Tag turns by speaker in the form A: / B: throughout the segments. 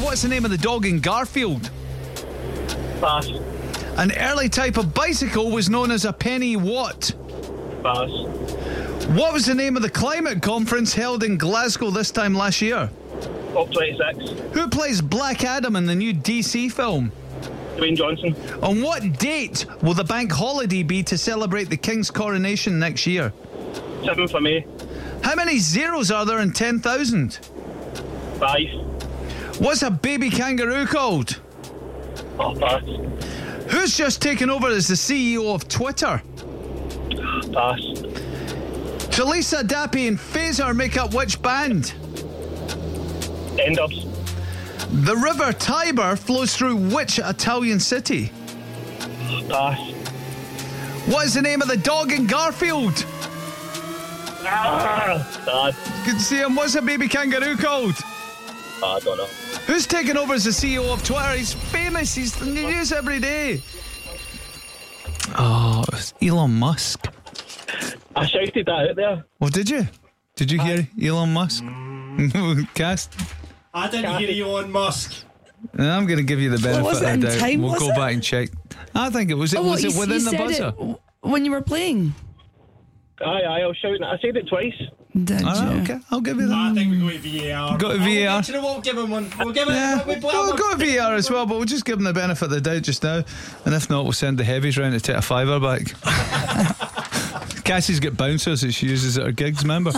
A: what's the name of the dog in Garfield?
B: Pass.
A: An early type of bicycle was known as a penny what?
B: Pass.
A: What was the name of the climate conference held in Glasgow this time last year?
B: Op 26.
A: Who plays Black Adam in the new DC film?
B: Dwayne Johnson.
A: On what date will the bank holiday be to celebrate the King's coronation next year?
B: 7 for me.
A: How many zeros are there in 10,000?
B: 5.
A: What's a baby kangaroo called?
B: Oh, pass.
A: Who's just taken over as the CEO of Twitter?
B: Pass.
A: Talisa Dappy and Phaser make up which band?
B: End ups.
A: The River Tiber flows through which Italian city?
B: Pass.
A: What is the name of the dog in Garfield?
B: Ah, dad.
A: Good to see him. What's a baby kangaroo called?
B: I don't know.
A: Who's taken over as the CEO of Twitter? He's famous. He's in the news every day. Oh, it's Elon Musk.
B: I shouted that out there.
A: Well, did you? Did you hear Elon Musk? No, Cast.
C: I didn't hear you on Musk.
A: I'm going to give you the benefit
D: was it
A: of
D: in
A: the doubt.
D: time,
A: we'll
D: was
A: go
D: it?
A: back and check. I think it was. It
D: Oh,
A: was
D: you,
A: it
D: you
A: within the
D: said
A: buzzer.
D: it w- when you were playing.
B: Aye, aye, I was shouting. I said it twice.
D: Did
A: All
D: you?
A: right, Ah, okay. I'll give you that.
C: I think we go to VAR.
A: Go to
C: Oh, we-
A: VAR.
C: do you know what? We'll give him one. We'll give him.
A: Yeah,
C: we blame
A: we'll
C: him.
A: go VR as well, but we'll just give them the benefit of the doubt just now. And if not, we'll send the heavies round to take a fiver back. Cassie's got bouncers that she uses at her gigs, remember?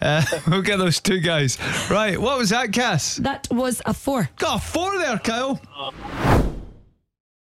A: Uh, we'll get those two guys. Right, what was that, Cass?
D: That was a four.
A: Got a four there, Kyle.